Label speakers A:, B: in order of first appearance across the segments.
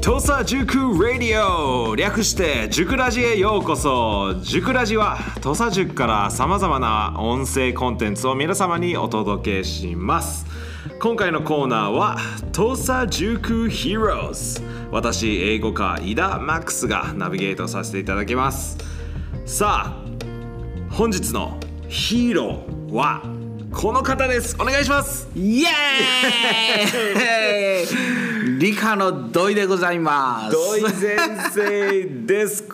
A: 土佐塾ラディオ略して塾ラジへようこそ塾ラジは土佐塾からさまざまな音声コンテンツを皆様にお届けします今回のコーナーは土佐塾ヒーローズ私英語科井田マックスがナビゲートさせていただきますさあ本日のヒーローはこの方ですお願いします
B: イエーイ 理科の土井でございます
A: 土井先生です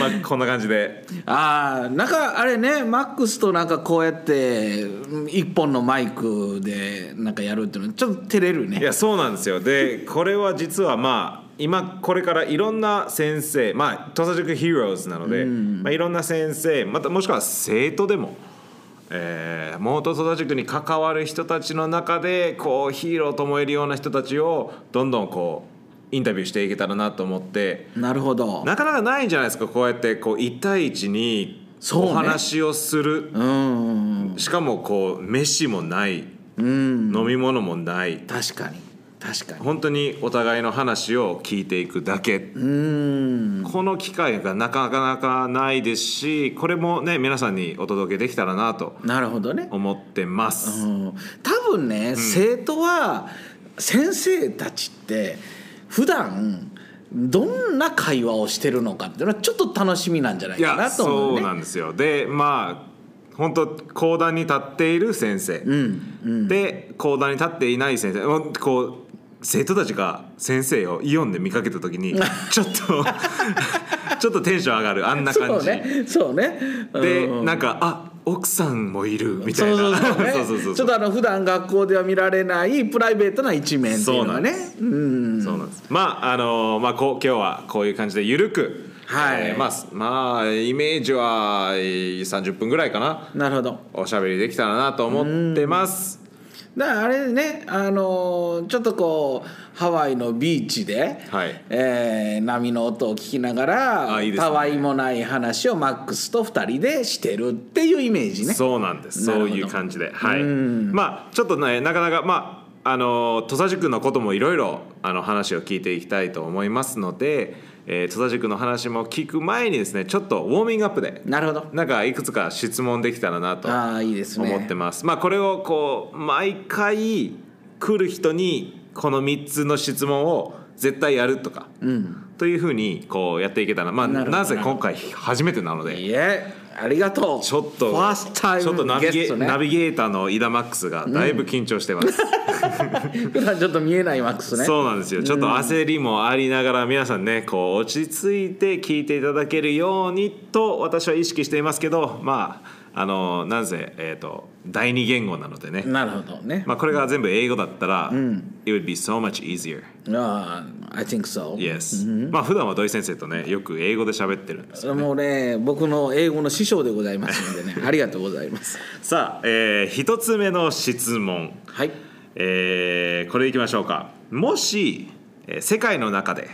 A: まあこんな感じで
B: あーなんかあれねマックスとなんかこうやって一本のマイクでなんかやるっていうのちょっと照れる
A: い
B: ね
A: やそうなんですよでこれは実はまあ今これからいろんな先生まあ土佐塾ヒーローズなので、まあ、いろんな先生またもしくは生徒でも、えー、元土佐塾に関わる人たちの中でこうヒーローと思えるような人たちをどんどんこうインタビューしていけたらなと思って
B: なるほど
A: なかなかないじゃないですかこうやってこう1対1に
B: そうね
A: お話をする、
B: うん
A: しかもこう飯もない、飲み物もない
B: 確かに確かに
A: 本当にお互いの話を聞いていくだけ、
B: うん
A: この機会がなかなかないですしこれもね皆さんにお届けできたらなと
B: なるほどね
A: 思ってます、
B: うん多分ね、生徒は先生たちって普段どんな会話をしてるのかっていうのはちょっと楽しみなんじゃない
A: い
B: か
A: や
B: なと思う
A: そう
B: ね。
A: なんですよでまあ本当講談に立っている先生、で講談に立っていない先生もうこう生徒たちが先生をイオンで見かけた時 にちょっと ちょっとテンション上がるあんな
B: そ
A: 感
B: う
A: じ、
B: ね、そうね。
A: で、
B: うん
A: なんかあ奥さんもいるみたい
B: そう
A: な
B: そうそうね
A: そうそう
B: ちょっとあの普段学校では見られないプライベートな一面っていうのがね。
A: そう
B: うん
A: そうなんです。まああのまあこう今日はこういう感じでゆるく、
B: はい
A: えーまあすまあイメージはえー30分ぐらいかな
B: なるほど。
A: おしゃべりできたらなと思ってます。
B: だからあれね、あのーちょっとこうハワイのビーチで、
A: はい
B: えー波の音を聞きながら
A: あいいですね
B: たわいもない話をマックスと2人でしてるっていうイメージね。
A: そうなんです。
B: なる
A: そ
B: ほ
A: う
B: ど
A: いう感じで、はい。まあちょっとねなかなかまあ。あの土佐塾のこともいろいろあの話を聞いていきたいと思いますので、えー、土佐塾の話も聞く前にですねちょっとウォーミングアップで
B: なるほど。
A: なんかいくつか質問できたらなと
B: ああいいですね。
A: 思ってます、まあこれをこう毎回来る人にこの3つの質問を絶対やるとか、というふうにこうやっていけたらまあ
B: な
A: な
B: るほど
A: ぜ今回初めてなので
B: いえありがとう。
A: ちょっと
B: ファーストタイム
A: ちょっとナビゲ
B: ゲストね
A: ナビゲーターのイダマックスがだいぶ緊張してます、
B: 普段 ちょっと見えないマックスね。
A: そうなんですよちょっと焦りもありながら皆さんねこう落ち着いて聞いていただけるようにと私は意識していますけどまああのなんせ、えー、と第二言語なのでね、
B: なるほどね。
A: まあ、これが全部英語だったら、It would be so much easier
B: ああ、I think so。
A: yes、まあ普段は土井先生とねよく英語で喋ってるんです
B: それもうね、僕の英語の師匠でございますの でね、ありがとうございます。
A: さあ、えー一つ目の質問、
B: はい。
A: えーこれいきましょうかもしえー世界の中で、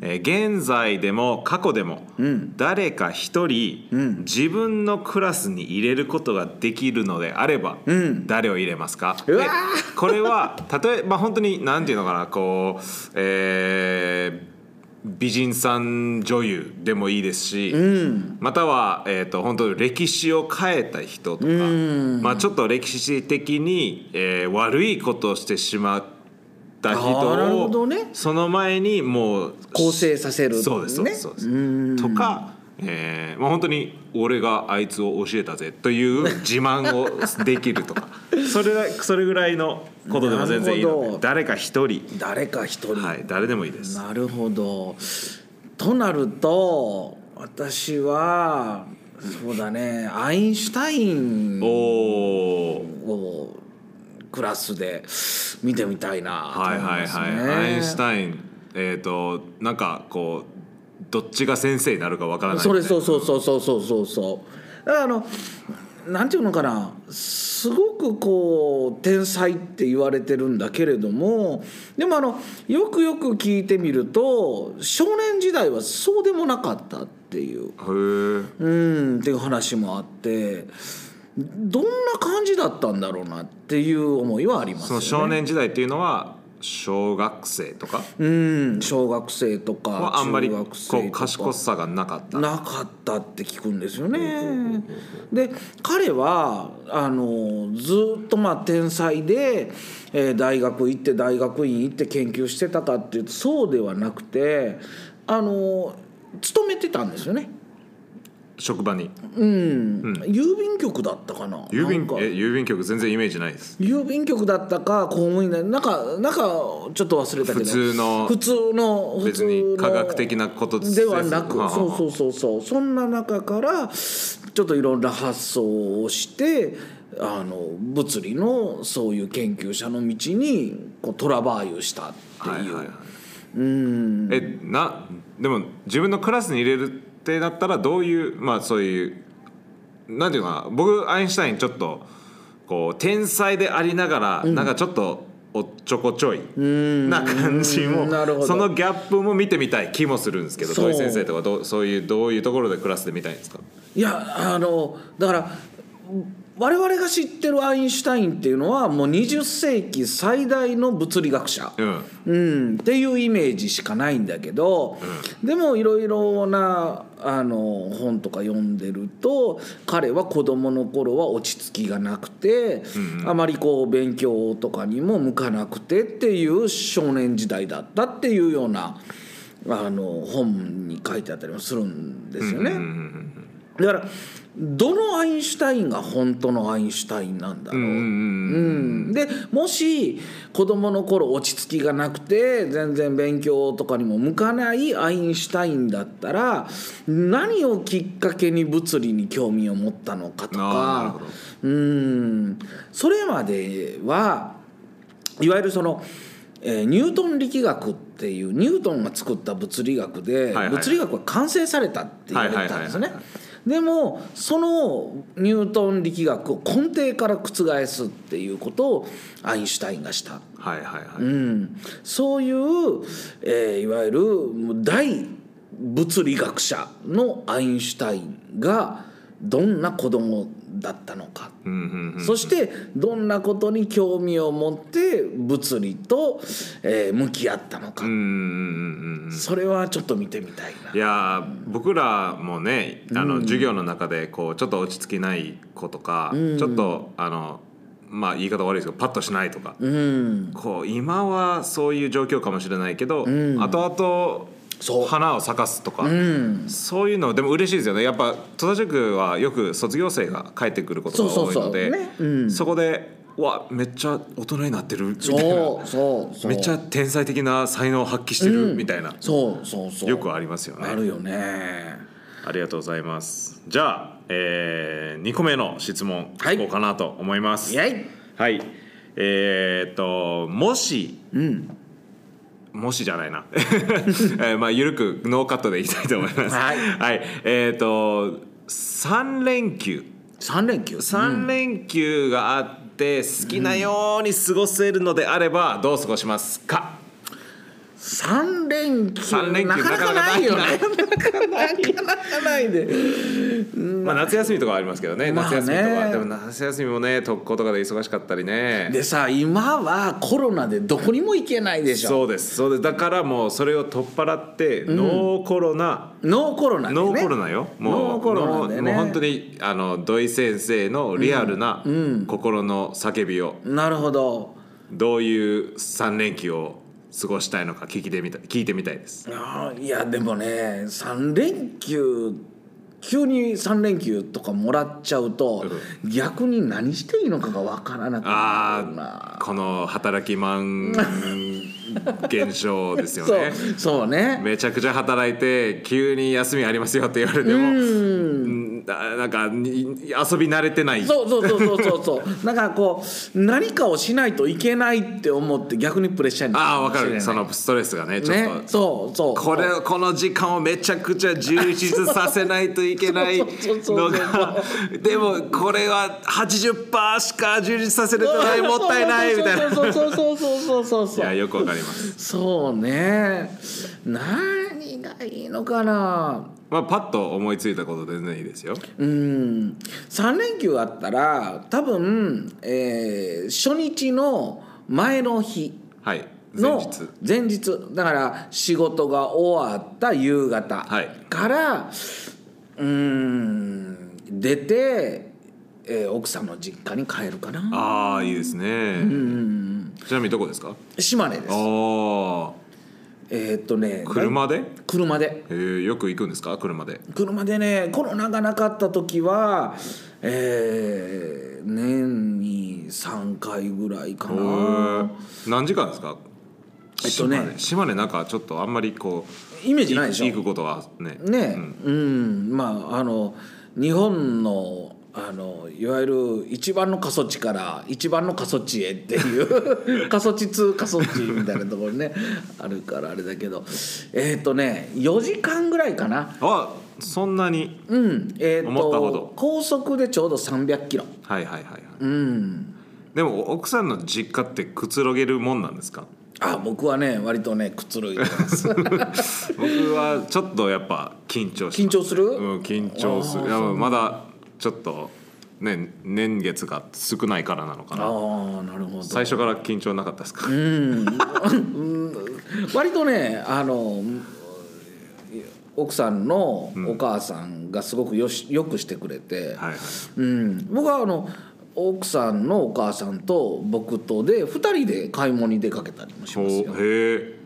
A: えー現在でも過去でも、誰か一人、自分のクラスに入れることができるのであれば、誰を入れますか
B: うわー
A: でこれは例えば本当に何て言うのかなこう、えー美人さん女優でもいいですし、または、えー、と本当歴史を変えた人とか、まあ、ちょっと歴史的に、えー悪いことをしてしまった人
B: あーなるほ
A: を、
B: どね
A: その前にもう
B: 構成させる、ね。
A: そうですそうですそうです、とか、えーまあ本当に俺があいつを教えたぜという自慢をできるとか それだそれぐらいのことでも全然いい
B: なる
A: の
B: ほ
A: で
B: ど
A: 誰か一人、
B: 誰か一人。
A: はい、誰でもいいです。
B: なるほど。となると、私は、そうだね、アインシュタイン
A: おお
B: をクラスで見てみたいなと思
A: はいいはい
B: ますね。
A: はい、アインシュタインえっ、となんかこうどっちが先生になるかわからない
B: それそううそうそうそうそうそうそうだからあのなんていうのかなすごくこう天才って言われてるんだけれどもでもあのよくよく聞いてみると少年時代はそうでもなかったっていう
A: へえ
B: うんっていう話もあってどんな感じだったんだろうなっていう思いはあります
A: そ
B: よ
A: の
B: ね。
A: 少年時代っていうのは小学生とか
B: うん小学生とか
A: はあんまり
B: 中
A: こ
B: 学生
A: う
B: とか
A: 賢さがなかった
B: なかったって聞くんですよね。で彼はあのずっとまあ天才で、えー大学行って大学院行って研究してたかっていうとそうではなくてあの勤めてたんですよね。
A: 職場に
B: うん、郵便局だったかな。
A: 郵便
B: なんか
A: え郵便局全然イメージないです
B: 郵便局だったか公務員だなんかなんかちょっと忘れたけ
A: 普
B: ど
A: 通の
B: 普通の普
A: 別
B: 通の
A: に科学的なこと
B: ではなく
A: はあはあ
B: そうそうそうそうそんな中からちょっといろんな発想をしてあの物理のそういう研究者の道にこうトラバーユしたっていう、
A: はいはいはいえなでも自分のクラスに入れるってなったらどういうまあそういうなんていうかな僕アインシュタインちょっとこう天才でありながら、なんかちょっとおっちょこちょいな感じも、
B: うんなるほど
A: そのギャップも見てみたい気もするんですけど
B: そう
A: 土井先生とかどうそういうどういうところでクラスで見たいんですか
B: いやあのだから我々が知ってるアインシュタインっていうのはもう20世紀最大の物理学者。
A: うん
B: うん、っていうイメージしかないんだけど、でもいろいろなあの本とか読んでると彼は子供の頃は落ち着きがなくて、あまりこう勉強とかにも向かなくてっていう少年時代だったっていうようなあの本に書いてあったりもするんですよね。だからどのアインシュタインが本当のアインシュタインなんだろう
A: うんうん
B: うん、でもし子どもの頃落ち着きがなくて全然勉強とかにも向かないアインシュタインだったら何をきっかけに物理に興味を持ったのかと
A: あーなる
B: か
A: ほど
B: うんそれまではいわゆるその、えーニュートン力学っていうニュートンが作った物理学で、
A: はいはい
B: 物理学は完成されたって言われてたんですよね
A: はいはいはいはい。
B: でもそのニュートン力学を根底から覆すっていうことをアインシュタインがした、
A: はいはいはい、
B: うん、そういう、えーいわゆるもう大物理学者のアインシュタインがどんな子供だったのか、
A: うんうんうん
B: そしてどんなことに興味を持って物理と、えー向き合ったのか、
A: うんうんうんうん。
B: それはちょっと見てみたいない
A: やー僕らもねあの、授業の中でこうちょっと落ち着きない子とか、ちょっとあのまあ言い方悪いですけどパッとしないとか、
B: うん、
A: こう今はそういう状況かもしれないけど、後
B: そう
A: 々花を咲かすとか、
B: うん
A: そういうのでも嬉しいですよねやっぱ戸田塾はよく卒業生が帰ってくることが多いので
B: そうそうそうねうん
A: そこで「うわめっちゃ大人になってる」みたい
B: そ
A: な
B: うそうそう
A: めっちゃ天才的な才能を発揮してるみたいな、
B: そうそうそう
A: よくありますよね。
B: あるよね
A: ありがとうございます。じゃあ、え2個目の質問
B: はい
A: いこうかなと思います。
B: イエイ
A: はい。えーっともし
B: うん
A: もしじゃない な。えーまあゆるくノーカットでいきたいと思います。
B: はい
A: えーっと3連休
B: 三連休
A: 3連休があって好きなように過ごせるのであればどう過ごしますか。
B: 三連休
A: 三連休
B: なかなかないよね
A: な
B: なかなかないで
A: まあ夏休みとかはありますけどね。
B: まあ
A: 夏
B: ね
A: 休みとかでも夏休みもね特攻とかで忙しかったりね。
B: でさ今はコロナでどこにも行けないでしょ
A: そうですそうですだからもうそれを取っ払って、ノーコロナ
B: ノーコロナでね
A: ノーコロナよもう
B: ノーコロナでね
A: ノーもう本当にあの土井先生のリアルな心の叫びを、
B: なるほど
A: どういう3連休を過ごしたいのか聞いてみたい聞いてみたいです
B: あーいやでもね3連休急に3連休とかもらっちゃうと、逆に何していいのかがわからなくな
A: あ
B: るな
A: あこの働きマン現象ですよね
B: そうそうね
A: めちゃくちゃ働いて急に休みありますよって言われてもうんななんかに遊び慣れてない
B: そうそうそうそうそうそうだからこう何かをしないといけないって思って逆にプレッシャーにな
A: ああわ
B: るも
A: か
B: しれな
A: る
B: い
A: そのストレスがねちょっと、
B: ねそうそう
A: これこの時間をめちゃくちゃ充実させないといけないの
B: そうそうそう
A: がでもこれは80%しか充実させれてないもったいないみたいな。
B: そうそうそうそうそうそうそう
A: いやよくわかります、
B: そうね何がいいのかな
A: まあ、パッと思いついたこと全然いいですよ
B: うん3連休あったら多分、えー初日の前の日
A: はい
B: の
A: 前日
B: 前日だから仕事が終わった夕方
A: はい
B: から、うーん出て、えー奥さんの実家に帰るかな
A: ああいいですね、ちなみにどこですか
B: 島根です
A: あ
B: えーっとね
A: あ車で、
B: 車で
A: えー、よく行くんですか車で
B: 車でねコロナがなかった時はえー年に3回ぐらいか
A: へ
B: な
A: ー何時間ですか
B: えっとね
A: 島根島根なんかちょっとあんまりこう
B: イメージないでしょ
A: 行くことはね
B: ねうん、まああの日本のあのいわゆる一番の過疎地から一番の過疎地へっていう 過疎地2過疎地みたいなところにねあるからあれだけどえっ、とね4時間ぐらいかな
A: あそんなに
B: うんえっ、
A: 思ったほ
B: と
A: ど
B: 高速でちょうど300キロ
A: はいはいはいはい、
B: うん
A: でも奥さんの実家ってくつろげるもんなんですか
B: あ僕はね割とねくつろいでます
A: 僕はちょっとやっぱ緊張し
B: 緊
A: ます
B: 張する、
A: うん、緊張するいやまだちょっとね年月が少ないからなのかな
B: ああなるほど
A: 最初から緊張なかったですか、
B: 割とねあの奥さんのお母さんがすごくよしよくしてくれて、
A: はいはい
B: うん、僕はあの奥さんのお母さんと僕とで2人で買い物に出かけたりもし
A: ほ
B: ま
A: う
B: すよ。
A: へえ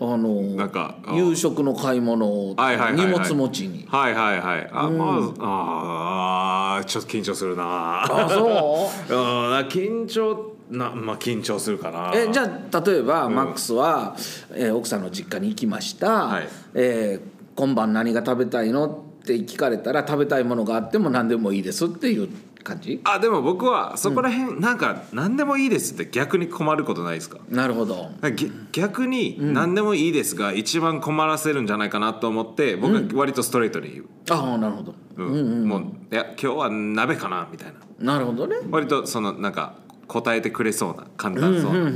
B: あの
A: なんかあー
B: 夕食の買い物を
A: はいはいはい
B: 荷
A: はい
B: 物持 ちに。
A: はいはいはいあ、まああーちょっと緊張するな
B: あそ う
A: うん緊張なまあ緊張するかな
B: えじゃあ例えば、マックスは、えー奥さんの実家に行きました、
A: はい
B: えー今晩何が食べたいのって聞かれたら食べたいものがあっても何でもいいですっていう感じ
A: あでも僕はそこら辺、なんか何でもいいですって逆に困ることないですか
B: なるほど
A: なんかぎ逆に何でもいいですが一番困らせるんじゃないかなと思って僕は割とストレートに言う、
B: ああなるほど
A: うんもういや今日は鍋かなみたいな
B: なるほどね
A: 割とそのなんか答えてくれそうな簡単そうな、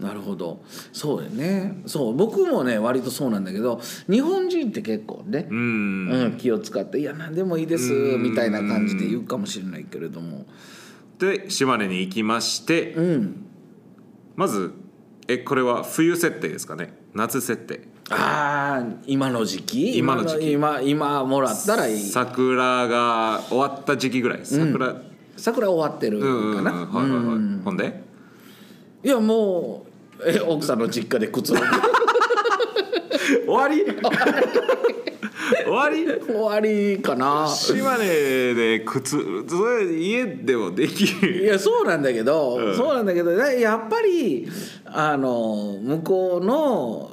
B: なるほどそうよねそう僕もね割とそうなんだけど日本人って結構ね、
A: うん
B: うん気を使って「いや何でもいいです」みたいな感じで言うかもしれないけれども
A: で島根に行きまして、
B: うん
A: まずえこれは冬設定ですかね夏設定
B: ああ今の時期
A: 今の時期
B: 今今もらったらいい
A: 桜が終わった時期ぐらい桜、うん
B: 桜終わってる
A: うんう
B: か
A: ん
B: な、
A: はいはいはいほんで
B: いやもうえ奥さんの実家で靴を
A: 終わ り終わり
B: 終わりかな
A: 島根で靴それ家でもでき
B: い
A: る
B: やそうなんだけど、そうなんだけどだやっぱりあの向こうの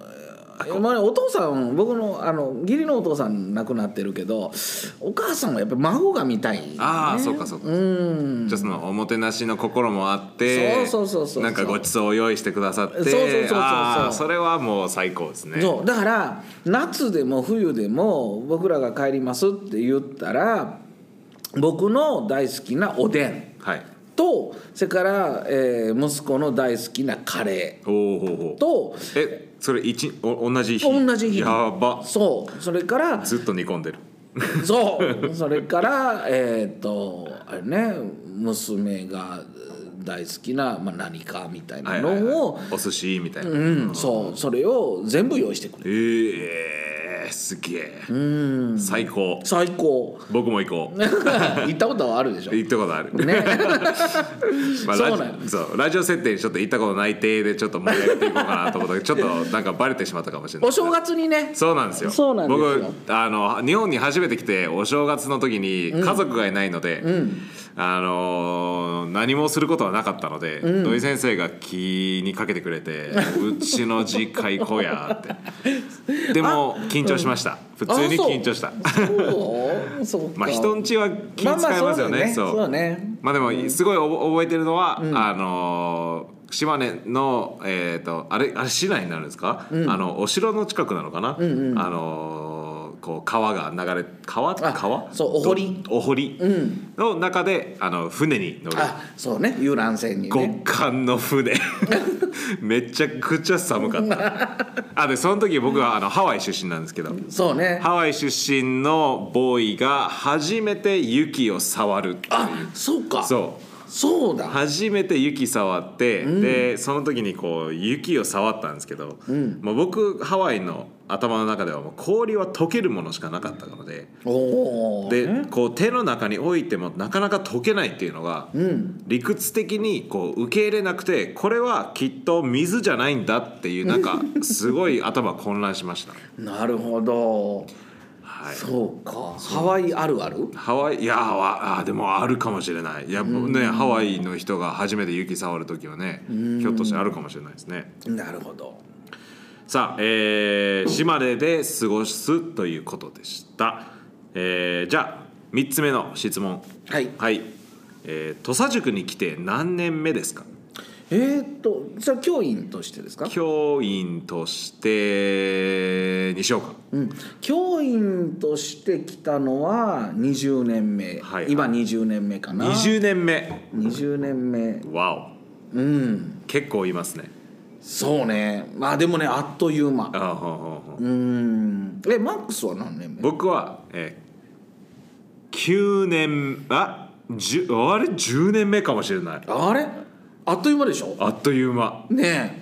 B: まあ、お父さん僕のあの義理のお父さん亡くなってるけどお母さんはやっぱり孫が見たい、
A: ああ、そうかそうか、
B: うん
A: じゃあそのおもてなしの心もあって
B: そうそうそうそう
A: なんかごちそうを用意してくださって
B: そうそうそうそうそう
A: あーそれはもう最高ですね
B: そうだから夏でも冬でも僕らが帰りますって言ったら僕の大好きなおでん
A: はい
B: とそれから、えー息子の大好きなカレ
A: ほうほうほう
B: ーと
A: えそれ一お同じ日
B: 同じ日
A: やば
B: そうそれから
A: ずっと煮込んでる
B: そうそれからえっ、とあれね娘が大好きな、まあ、何かみたいなのを、
A: お寿司みたいな、
B: うん、そうそれを全部用意してくれる
A: えー、すげえ最高
B: 最 高
A: 僕も行こう
B: 行ったことはあるでしょ
A: 行ったことある、
B: ね
A: まあ、
B: そう
A: ラジ
B: なん
A: オそうラジオ設定にちょっと行ったことない体でちょっと盛り上げていこうかなと思ったけどちょっとなんかバレてしまったかもしれない
B: お正月にね
A: そうなんですよ
B: そうなんですよ
A: 僕あの日本に初めて来てお正月の時に家族がいないので、あのー何もすることはなかったので、土井先生が気にかけてくれて 「うちの実家行こうや」 ってでも緊張しました、 普通に緊張した
B: あそうそうか
A: まあ人んちは気
B: まあまあ
A: 使いますよね,、
B: そうだそうだね
A: まあでもすごいおぼ覚えてるのは、あのー島根のえっ、とあれあれ市内になるんですか、あのお城の近くなのかな、あのーこう川が流れ川
B: あ
A: 川
B: そうお堀
A: お堀の中であの船に乗る
B: あそうね遊覧船にね
A: 極寒の 船めちゃくちゃ寒かったあでその時僕はあのハワイ出身なんですけど
B: そうね
A: ハワイ出身のボーイが初めて雪を触るっていう
B: あそうか
A: そう
B: そうだ、
A: 初めて雪触って、でその時にこう雪を触ったんですけど、もう僕ハワイの頭の中ではもう氷は溶けるものしかなかったので、
B: おお
A: でこう手の中に置いてもなかなか溶けないっていうのが、理屈的にこう受け入れなくてこれはきっと水じゃないんだっていうなん かすごい頭混乱しました。
B: なるほど、
A: はい
B: そうかハワイあるある
A: ハワイいやわあでもあるかもしれないいや、ねハワイの人が初めて雪触る時はねひょっとしてあるかもしれないですね
B: なるほど
A: さあ、えー島根で過ごすということでした、えーじゃあ3つ目の質問
B: はい
A: はい、えー土佐塾に来て何年目ですか
B: えー、っとそれは教員としてですか
A: 教員としてにしようか
B: うん、教員として来たのは20年目、
A: はい
B: 今20年目かな
A: 20年目
B: 20年目
A: わ
B: うん
A: お結構いますね
B: そうねまあでもねあっという間
A: あーほうほうほう
B: うんえマックスは何年目
A: 僕は、えー、9年あ十あれ10年目かもしれない
B: あれあっという間でしょ
A: あっという間
B: ね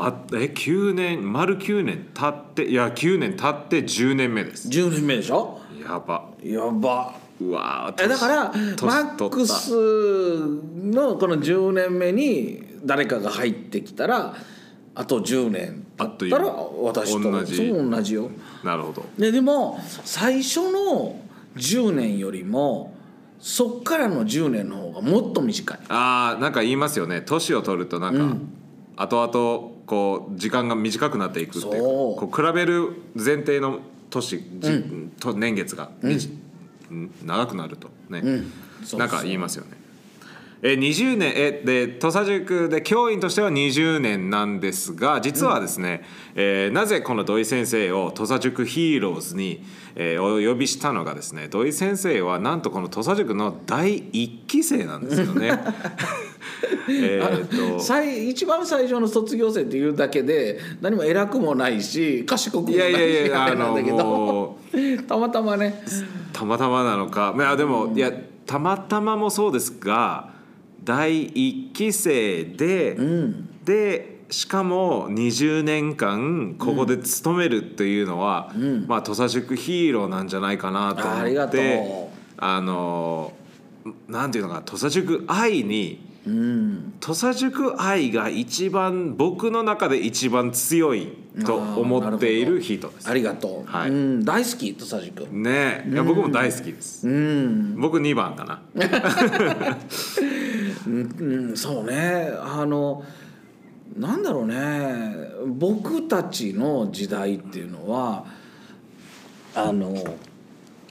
A: あえ9年丸9年経っていや9年経って10年目で
B: え
A: す
B: 10年目でしょ
A: やば
B: やば
A: うわー
B: えだからマ
A: 年
B: ックスのこの10年目に誰かが入ってきたらあと10年
A: あっという
B: だ
A: 間
B: ったら私と
A: 同じ
B: そう同じよ
A: なるほど
B: ででも最初の10年よりもそっからの10年の方がもっと短い
A: あーなんか言いますよね年を取るとなんか、後々こう時間が短くなっていくっていうか
B: そう
A: こう比べる前提の年じ、と年月が、うん長くなるとね、
B: そう
A: なんか言いますよねえ20年えで土佐塾で教員としては20年なんですが実はですね、えーなぜこの土井先生を土佐塾ヒーローズに、えーお呼びしたのがですね土井先生はなんとこの土佐塾の第一期生なんですよ ね。えーっと
B: 最一番最初の卒業生っていうだけで何も偉くもないし賢くもない
A: い
B: し
A: やいやいや
B: あ
A: あ
B: れなん
A: の
B: だけど
A: もう
B: たまたまね
A: たまたまなのかいやでも、いやたまたまもそうですが第一期生で、でしかも20年間ここで勤めるっていうのは、まあ土佐塾ヒーローなんじゃないかなと思って
B: あありがとう
A: あのなんていうのか土佐塾愛に
B: うん
A: 土佐塾愛が一番僕の中で一番強いと思っている人です
B: あ。りがとう、
A: はい
B: うん大好き土佐塾
A: ねえいや僕も大好きです。
B: うん、
A: 僕2番かな。
B: うん、そうねあのなんだろうね僕たちの時代っていうのはあの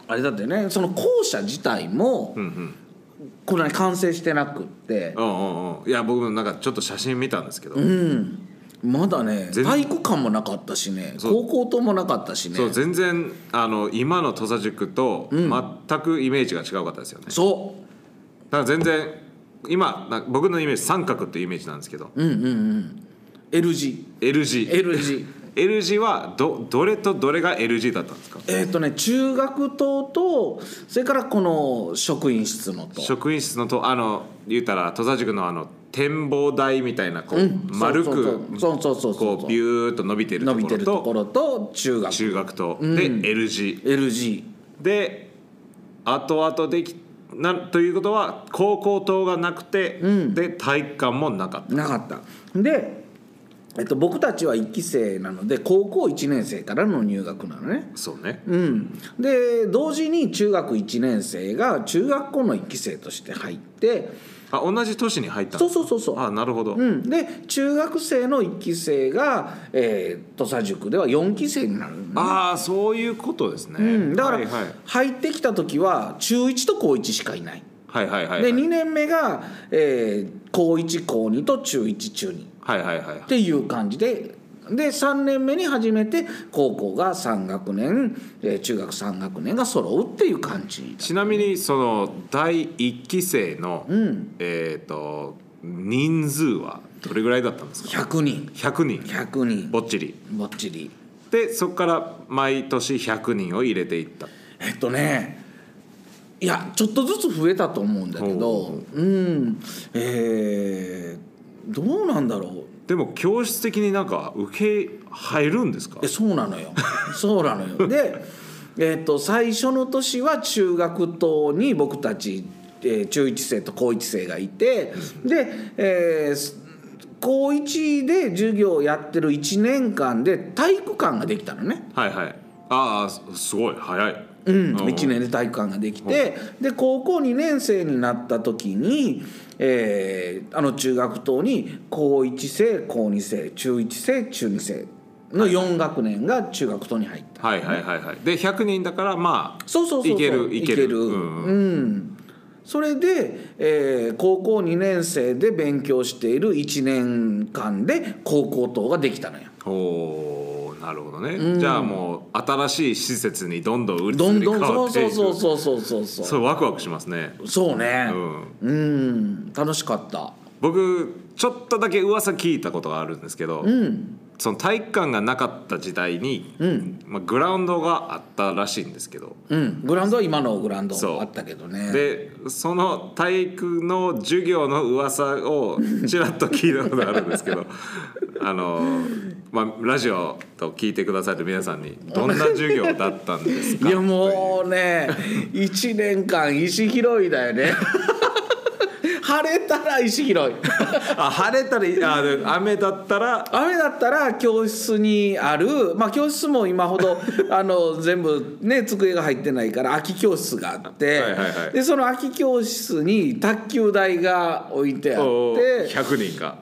B: あれだってねその校舎自体も、
A: うんうん
B: こんなに完成してなくって
A: うんうんうんいや僕もなんかちょっと写真見たんですけど、
B: うんまだね
A: 全
B: 体育館もなかったしね
A: そう
B: 高校ともなかったしね
A: そう全然あの今の土佐塾と全くイメージが違うかったですよね、
B: そ
A: だから全然今な僕のイメージ三角っていうイメージなんですけど、
B: ううんうんうん L 字
A: L 字
B: L 字
A: L 字はどどれとどれが L 字だったんですか
B: えっとね中学棟とそれからこの職員室のと
A: 職員室のとあの言うたら土佐塾のあの展望台みたいなこう、丸く
B: そうそうそうそうそうそう
A: こうビューッと伸びてると
B: 伸
A: こ
B: びて
A: ろ
B: るとことろと中学
A: 中学と、で L 字
B: L 字
A: で後々できなんということは高校等がなくて、で体育館もなかった
B: なかったで、えっと、僕たちは1期生なので高校1年生からの入学なのね
A: そうね
B: うん、で同時に中学1年生が中学校の1期生として入って
A: あ同じ都市に入った
B: そうそうそうそう、
A: あなるほど、
B: うん、で中学生の1期生が、えー土佐塾では4期生になるのね
A: ああそういうことですね、
B: うん、だから
A: はいはい
B: 入ってきた時は中1と高1しかいない、
A: はいはいはいはい
B: で2年目が、えー高1高2と中1中2っ
A: はいはいはい
B: ていう感じでで3年目に初めて高校が3学年、えー中学3学年が揃うっていう感じ
A: ちなみにその第一期生の、
B: ん
A: えっ、と人数はどれぐらいだったんですか
B: 100人
A: 100人
B: 100人
A: ぼっちり
B: ぼっちり
A: でそこから毎年100人を入れていった
B: えっとねいやちょっとずつ増えたと思うんだけ
A: ほ
B: どうんえーどうなんだろう
A: でも教室的になんか受け入るんですか
B: えそうなのよそうなのよで、えー、と最初の年は中学等に僕たち、えー中1生と高1生がいてで、えーす高1で授業をやってる1年間で体育館ができたのね。
A: はいはいああすすごい早い
B: うん、1年で体育館ができて、で高校2年生になった時に、えーあの中学等に高1生高2生中1生中2生の4学年が中学等に入った、
A: はいはいはいはいで100人だからまあ
B: そうそうそうそう
A: いけるいけるうん
B: うんそれで、えー高校2年生で勉強している1年間で高校等ができたのよ。
A: おーなるほどね、じゃあもう新しい施設にどんどん売り
B: どん
A: 移り
B: どん
A: 変
B: そ
A: わ
B: う
A: って
B: そ
A: いうく
B: そうそうそうそ
A: そ
B: うそう
A: れワクワクしますね
B: そうね
A: うん
B: うん楽しかった。
A: 僕ちょっとだけ噂聞いたことがあるんですけど、
B: うん
A: その体育館がなかった時代に、
B: うん
A: まあ、グラウンドがあったらしいんですけど、
B: うん、グラウンドは今のグラウン
A: そう
B: ドあったけどね
A: でその体育の授業の噂 をちらっと聞いたことがあるんですけどあの、まあ、ラジオと聞いてくださいと皆さんにどんな授業だったんです
B: い
A: か
B: やもうね1年間石拾いだよ ね晴れたら石拾い
A: あ晴れたりあで雨だったら
B: 雨だったら教室にあるまあ教室も今ほ どあの全部ね机が入ってないから空き教室があって、
A: はいはいはい
B: でその空き教室に卓球台が置いてあっ
A: お
B: て
A: 100人が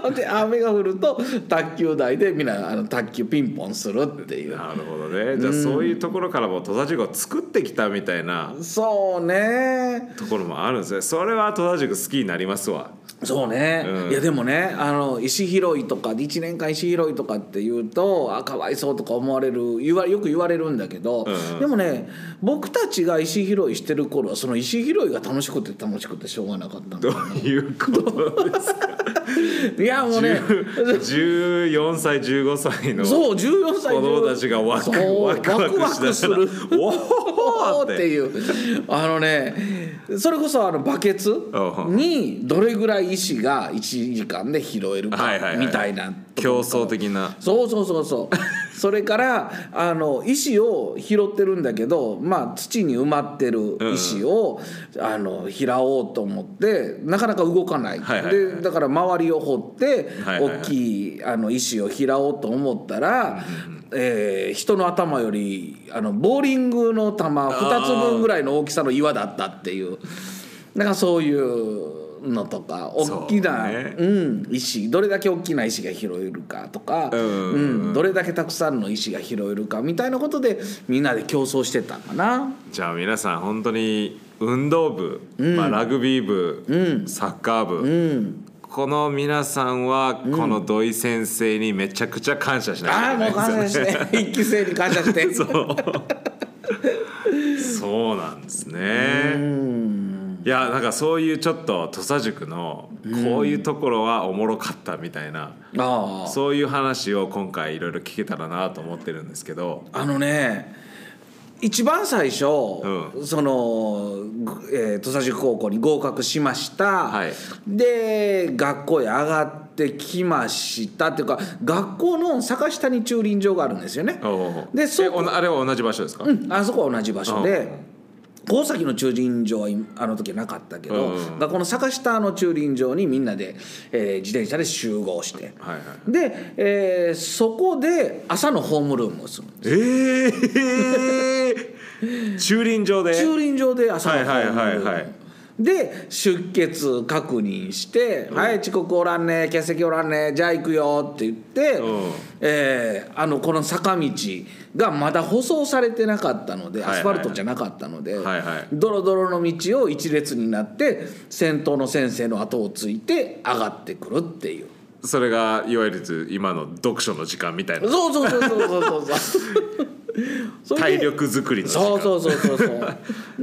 B: そう で雨が降ると卓球台でみんなあの卓球ピンポンするっていう
A: なるほどねじゃあそういうところからも土佐塾を作ってきたみたいな
B: そうね
A: ところもあるんですねそれは戸田塾好きになりますわ
B: そうね、
A: うん
B: いやでもねあの石拾いとか1年間石拾いとかっていうとあかわいそうとか思われる言わよく言われるんだけど、
A: うんうん
B: でもね僕たちが石拾いしてる頃はその石拾いが楽しくて楽しくてしょうがなかったん
A: ど
B: だ
A: ういうこと ですか
B: いやもうね
A: 14歳15歳の
B: そう14歳
A: 子供たちがワク
B: そう
A: ワクワク
B: ワクワク
A: し
B: す
A: ながら
B: る
A: 「お
B: お
A: お!」
B: ー
A: っ
B: って
A: て
B: いうあのねそれこそあのバケツ
A: うん
B: にどれぐらい石が1時間で拾えるか
A: はいはいはい
B: みたいなとこ
A: 競争的な
B: そうそうそうそうそれからあの石を拾ってるんだけど、まあ、土に埋まってる石を、あの拾おうと思ってなかなか動かない,、
A: はいはいはい
B: でだから周りを掘って、
A: はいはいはい
B: 大きいあの石を拾おうと思ったら、えー人の頭よりあのボーリングの球2つ分ぐらいの大きさの岩だったっていうなんかそういう。のとか大きな
A: そうね
B: うん、石どれだけ大きな石が拾えるかとか、
A: うん
B: うんどれだけたくさんの石が拾えるかみたいなことでみんなで競争してたんかな。
A: じゃあ皆さん本当に運動部、まあ、ラグビー部、サッカー部、
B: うん、
A: この皆さんはこの土井先生にめちゃくちゃ感謝しなきゃ
B: ああ
A: いけな
B: もう
A: い
B: 感謝
A: ですよね。
B: して一期生に感謝して
A: そう そうなんですね。いやなんかそういうちょっと土佐塾のこういうところはおもろかったみたいな、
B: ああ
A: そういう話を今回いろいろ聞けたらなと思ってるんですけど
B: あのね一番最初、
A: う
B: その、ぐえー、土佐塾高校に合格しました、
A: はい
B: で学校へ上がってきましたっていうか学校の坂下に駐輪場があるんですよね。
A: おう
B: でそ
A: え
B: こ
A: おなあれは同じ場所ですか、
B: うん、あそこは同じ場所で高崎の駐輪場は今あの時はなかったけど、
A: うん
B: 学校の坂下の駐輪場にみんなで、えー自転車で集合して
A: はいはい
B: で、えーそこで朝のホームルームをする
A: えー、駐輪場で
B: 駐輪場で朝のホームルーム、
A: はいはいはいはい
B: で出欠確認して「はい遅刻おらんね欠席おらんねじゃあ行くよ」って言って、
A: うん
B: えーあのこの坂道がまだ舗装されてなかったので
A: はいは
B: ア
A: い
B: スファルトじゃなかったので、
A: はいはい
B: ドロドロの道を一列になって先頭の先生の後をついて上がってくるって いう。
A: それがいわゆる今の読書の時間みたいな
B: そうそうそうそうそうそう それ
A: 体
B: で
A: 力作りの時間
B: そうそうそうそうそう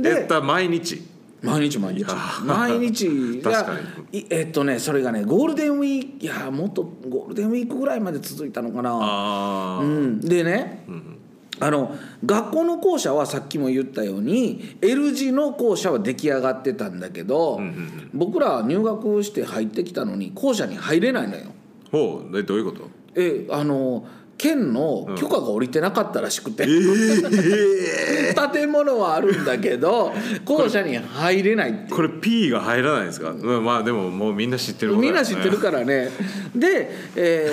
A: えっと毎日
B: 毎日毎日毎 日が
A: 確か
B: いえっとねそれがねゴールデンウィークいやもっとゴールデンウィークぐらいまで続いたのかな
A: あー
B: うん、でね、あの学校の校舎はさっきも言ったように L 字の校舎は出来上がってたんだけど、僕ら入学して入ってきたのに校舎に入れないのよ。
A: ほうえどういうこと
B: えあの県の許可が下りてなかったらしくて、 建物はあるんだけど校舎に入れないって
A: これ P が入らないんですか、うん、まあでももうみんな知ってること
B: み
A: だ
B: ん
A: よね
B: な知ってるからねで、え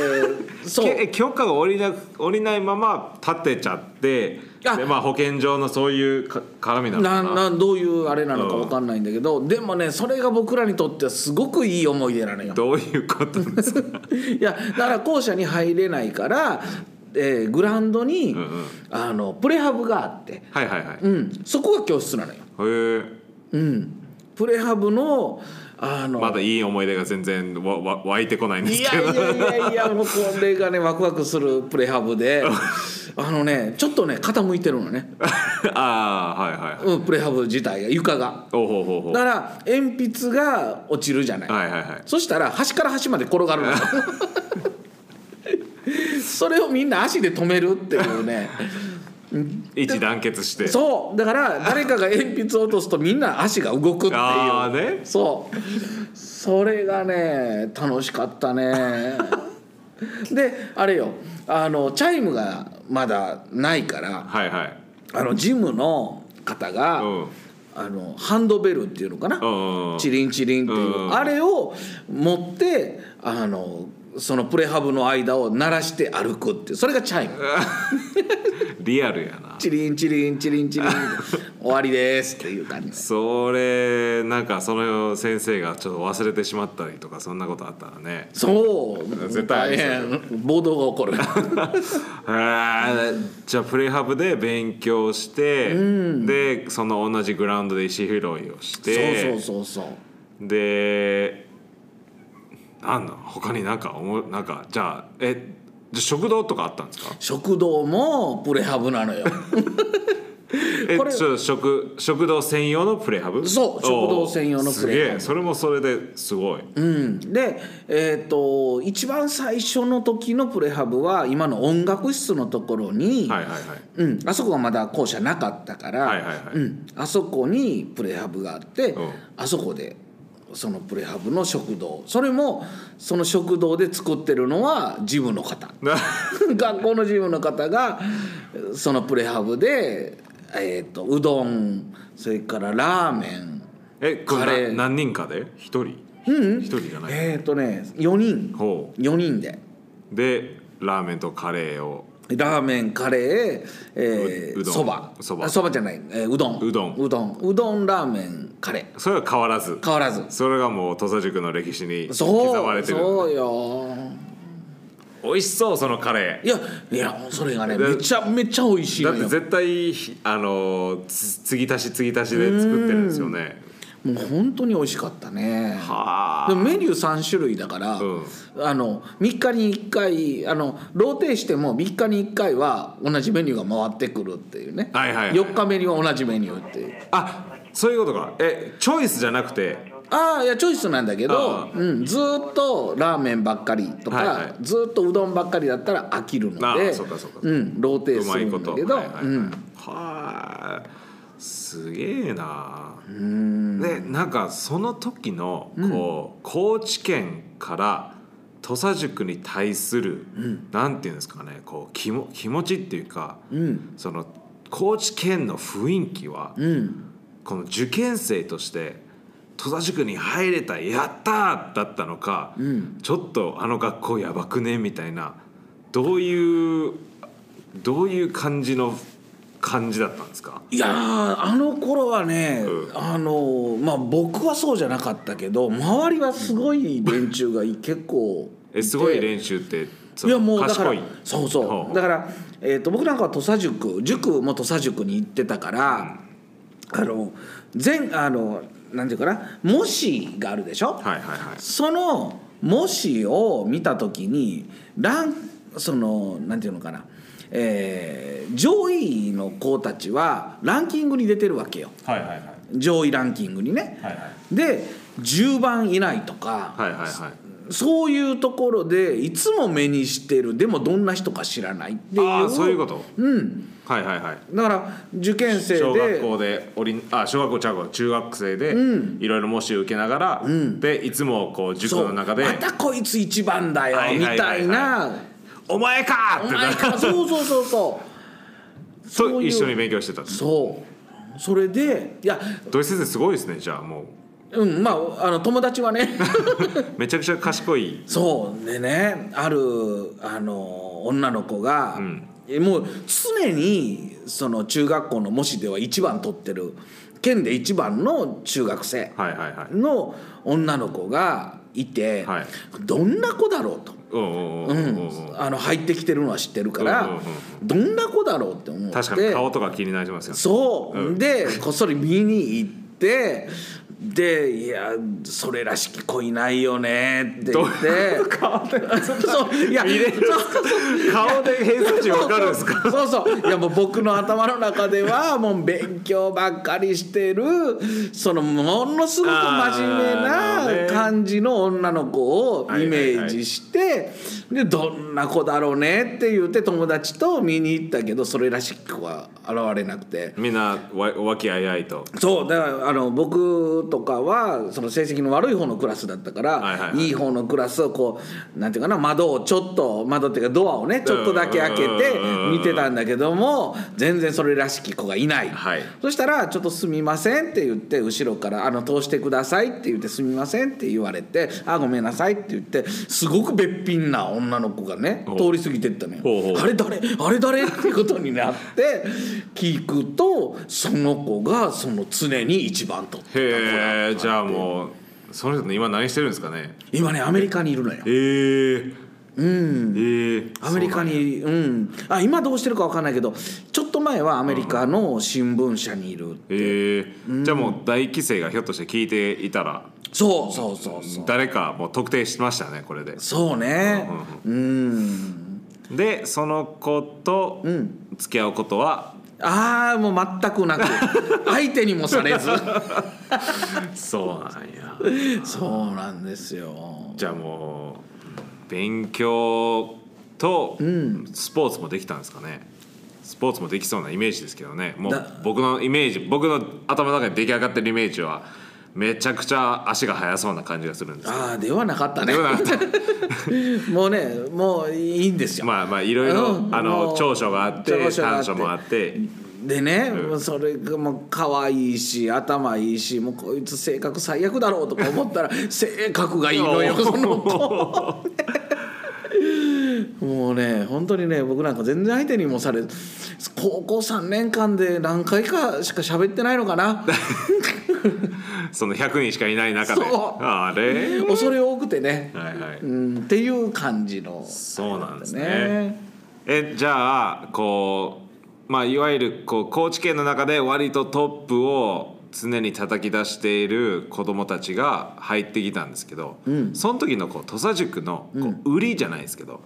B: ーそう
A: け許可が下りな下りないまま立てちゃって
B: あ
A: で、まあ、保健所のそういうか絡みなの
B: な
A: か
B: ん
A: な
B: なんどういうあれなのか分かんないんだけど、でもねそれが僕らにとってはすごくいい思い出なのよ。
A: どういうこと ですか
B: いやだから校舎に入れないから、えーグラウンドに、
A: うんうん
B: あのプレハブがあって、
A: はいはいはいへ
B: うん、そこが教室なのよ。
A: え
B: うん、プレハブのあの、
A: まだいい思い出が全然わわ湧いてこないんです
B: い
A: けど
B: やいやいやいやもうこれがねワクワクするプレハ ブであのねちょっとね傾いてるのね、
A: ああはいはいはい
B: うん、プレハブ自体が床が。
A: おほうほうほ
B: だ
A: う
B: から鉛筆が落ちるじゃない。
A: はいはいはい
B: そしたら端から端まで転がるのよ それをみんな足で止めるっていうね
A: 一致団結して
B: そうだから誰かが鉛筆を落とすとみんな足が動くって
A: ああ
B: いう
A: ね
B: そうそれがね楽しかっ たねであれよあのチャイムがまだないから
A: はいはい
B: あのジムの方が、
A: うん
B: あのハンドベルっていうのかな、
A: うんうん
B: チリンチリンっていう、
A: うん
B: あれを持ってあのそのプレハブの間を鳴らして歩くってそれがチャイム、
A: リアルやな
B: チリンチリンチリンチリン 終わりですっていう感じ
A: それなんかその先生がちょっと忘れてしまったりとかそんなことあったらね
B: そう
A: 絶対あり
B: 大変暴動が起 こる
A: へえじゃあプレハブで勉強して、でその同じグラウンドで石拾いをして
B: そうそうそうそう
A: でなんだ他になんか思うなんかじゃあえじゃあ食堂とかあったんですか
B: 食堂もプレハブな のよ
A: え
B: これ
A: ちょ食食堂専用のプレハブ
B: そう
A: おー
B: 食堂専用のプレハブ
A: すげえそれもそれですごい、
B: うんでえっ、と一番最初の時のプレハブは今の音楽室のところに、
A: はいはいはい
B: うん、あそこがまだ校舎なかったから、
A: はいはいはい
B: うん、あそこにプレハブがあって、
A: うん
B: あそこでそのプレハブの食堂それもその食堂で作ってるのはジムの方
A: な
B: 学校のジムの方がそのプレハブで、えー、とうどんそれからラーメン
A: えこ
B: カレ
A: れ
B: ー
A: な何人かで一人一人じゃない
B: えっ、とね4人
A: ほ
B: 4人で
A: うでラーメンとカレーを
B: ラーメンカレーえ
A: うう
B: ー
A: どん
B: そば
A: そば
B: あそばじゃない、えーうどん
A: うどん
B: うどんうどんラーメンカレー
A: それは変わらず
B: 変わらず
A: それがもう土佐塾の歴史に刻
B: そう
A: まれてる
B: そうよ
A: 美味しそうそのカレ
B: いやいやそれがね
A: で
B: めちゃめちゃ美味しい
A: ーだ
B: の
A: って
B: よ
A: 絶対ひあのーつ継ぎ足し継ぎ足しで作ってるんですよね
B: もう本当に美味しかったね
A: はあ
B: でもメニュー3種類だから、
A: うん
B: あの3日に1回あのローテーしても3日に1回は同じメニューが回ってくるっていうね、
A: はいはいはい
B: 4日目には同じメニューっていう
A: あそういうことかえチョイスじゃなくて
B: ああいやチョイスなんだけど
A: あ、
B: うん、ずーっとラーメンばっかりとか、
A: はいはい
B: ずーっとうどんばっかりだったら飽きるの
A: あ
B: で
A: あそうかそうか
B: ん、ローテー
A: う
B: す
A: ま
B: る
A: いこ
B: んだ
A: と
B: けど
A: はいはいはい
B: うん
A: はあすげえなでなんかその時のこう、高知県から土佐塾に対する、なんていうんですかねこう気も気持ちっていうか、
B: ん
A: その高知県の雰囲気は、
B: うん
A: この受験生として戸田塾に入れたやったーだったのか、ちょっとあの学校やばくねみたいなどういうどういう感じの感じだったんですか
B: いやーあの頃はね、
A: う
B: あのまあ僕はそうじゃなかったけど周りはすごい連中がい結構
A: えすごい
B: 連
A: 練習ってそ
B: い
A: の
B: やもうだから
A: 賢い
B: そう
A: ほう
B: そ
A: ほ
B: う
A: う
B: だから、えー、と僕なんかは土佐塾塾も土佐塾に行ってたから、あの全あのなんていうかな模試があるでしょ、
A: はいはいはい
B: その模試を見た時にランそのなんていうのかな、えー上位の子たちはランキングに出てるわけよ
A: はいはいはい
B: 上位ランキングにね。
A: はい
B: で10番以内とか、
A: はいはいはい
B: そういうところでいつも目にしてるでもどんな人か知らないっていう
A: ああそういうこと
B: うん
A: はいはいはい
B: だから受験生
A: 小学
B: で
A: 校でおりんあ小学校ちゃうわ中学生でいろいろ模試受けながら、でいつもこう塾
B: そう
A: の中で
B: またこいつ一番だよ
A: はい
B: み
A: はいは
B: た
A: いはい
B: いな
A: 「お前か!」
B: お
A: って
B: 前かそうそうそうそう
A: そ
B: そうういう
A: 一緒に勉強してた
B: そうそれでいや
A: 土井先生すごいですねじゃあも
B: うんまああの友 達はね
A: うめちゃくちゃ賢い
B: そうでねあるあの女の子が、えもう常にその中学校の模試では一番取ってる県で一番の中学生
A: はいはいはい
B: の女の子がいて、
A: はい
B: どんな子だろうと。
A: うんうんうんうんうん
B: あの入ってきてるのは知ってるか
A: う
B: ら、
A: んうんうん
B: どんな子だろうって思って
A: 確かに顔とか気になりますよね
B: そう、でこっそり見に行ってで「いやそれらしき子いないよね」って言って
A: 顔で
B: そういや
A: 見れるんですか顔で偏差値わかるんです か
B: そうそうそうそういやもう僕の頭の中ではもう勉強ばっかりしてるそのものすごく真面
A: あ
B: 目
A: ーなるほどね
B: な感じの女の子をイメージして、でどんな子だろうねって言って友達と見に行ったけどそれらしき子は現れなくて。
A: みんなわ和気あいあいと
B: そうだからあの僕とかはその成績の悪い方のクラスだったから、
A: はい
B: い
A: はいはい
B: 方のクラスをこうなんていうかな窓をちょっと窓っていうかドアをねちょっとだけ開けて
A: うん
B: 見てたんだけども全然それらしき子がいない、
A: はい
B: そしたら「ちょっとすみません」って言って後ろから「あの通してください」って言って「すみません」って言われて「あごめんなさい」って言ってすごくべっぴんな女の子がね
A: ほう
B: 通り過ぎてったのよ。
A: ほうほう
B: あれ誰あれ誰っていうことになって聞くとその子がその常に一番と
A: へえじゃあもうその人今何してるんですかね
B: 今ねアメリカにいるのよ
A: えー、うんええ
B: アメリカにうんあ今どうしてるか分かんないけどちょっと前はアメリカの新聞社にいる、
A: ええじゃあもう大規制がひょっとして聞いていたら
B: そうそうそうそう
A: 誰かもう特定しましたねこれで
B: そうねうん
A: でその子と付き合うことは、
B: ああもう全くな く相手にもされず
A: そうなんや
B: そうなんですよ
A: じゃあもう勉強とスポーツもできたんですかね、スポーツもできそうなイメージですけどねもう
B: だ
A: 僕のイメージ僕の頭の中に出来上がってるイメージはめちゃくちゃ足が速そうな感じがするんですけど
B: ああではなかったね
A: でもなんか
B: もうねもういいんですよ
A: まあまあいろいろ
B: うん
A: あの
B: もう
A: 長所があって
B: 長所があ
A: 短
B: って
A: 所もあって
B: でね、
A: ん
B: もうそれがもう可愛いし頭いいしもうこいつ性格最悪だろうとか 思ったら性格がいいのよ
A: おー
B: その子もうね本当にね僕なんか全然相手にもされ高校3年間で何回かしか喋ってないの かな
A: その100人しかいない中で
B: そう
A: あれ
B: 恐れ多くてね、
A: はいはい
B: うん、っていう感じの
A: そうなんですね。えじゃあこうまあいわゆるこう高知県の中で割とトップを常に叩き出している子どもたちが入ってきたんですけど、その時のこう土佐塾のこう売りじゃないですけど、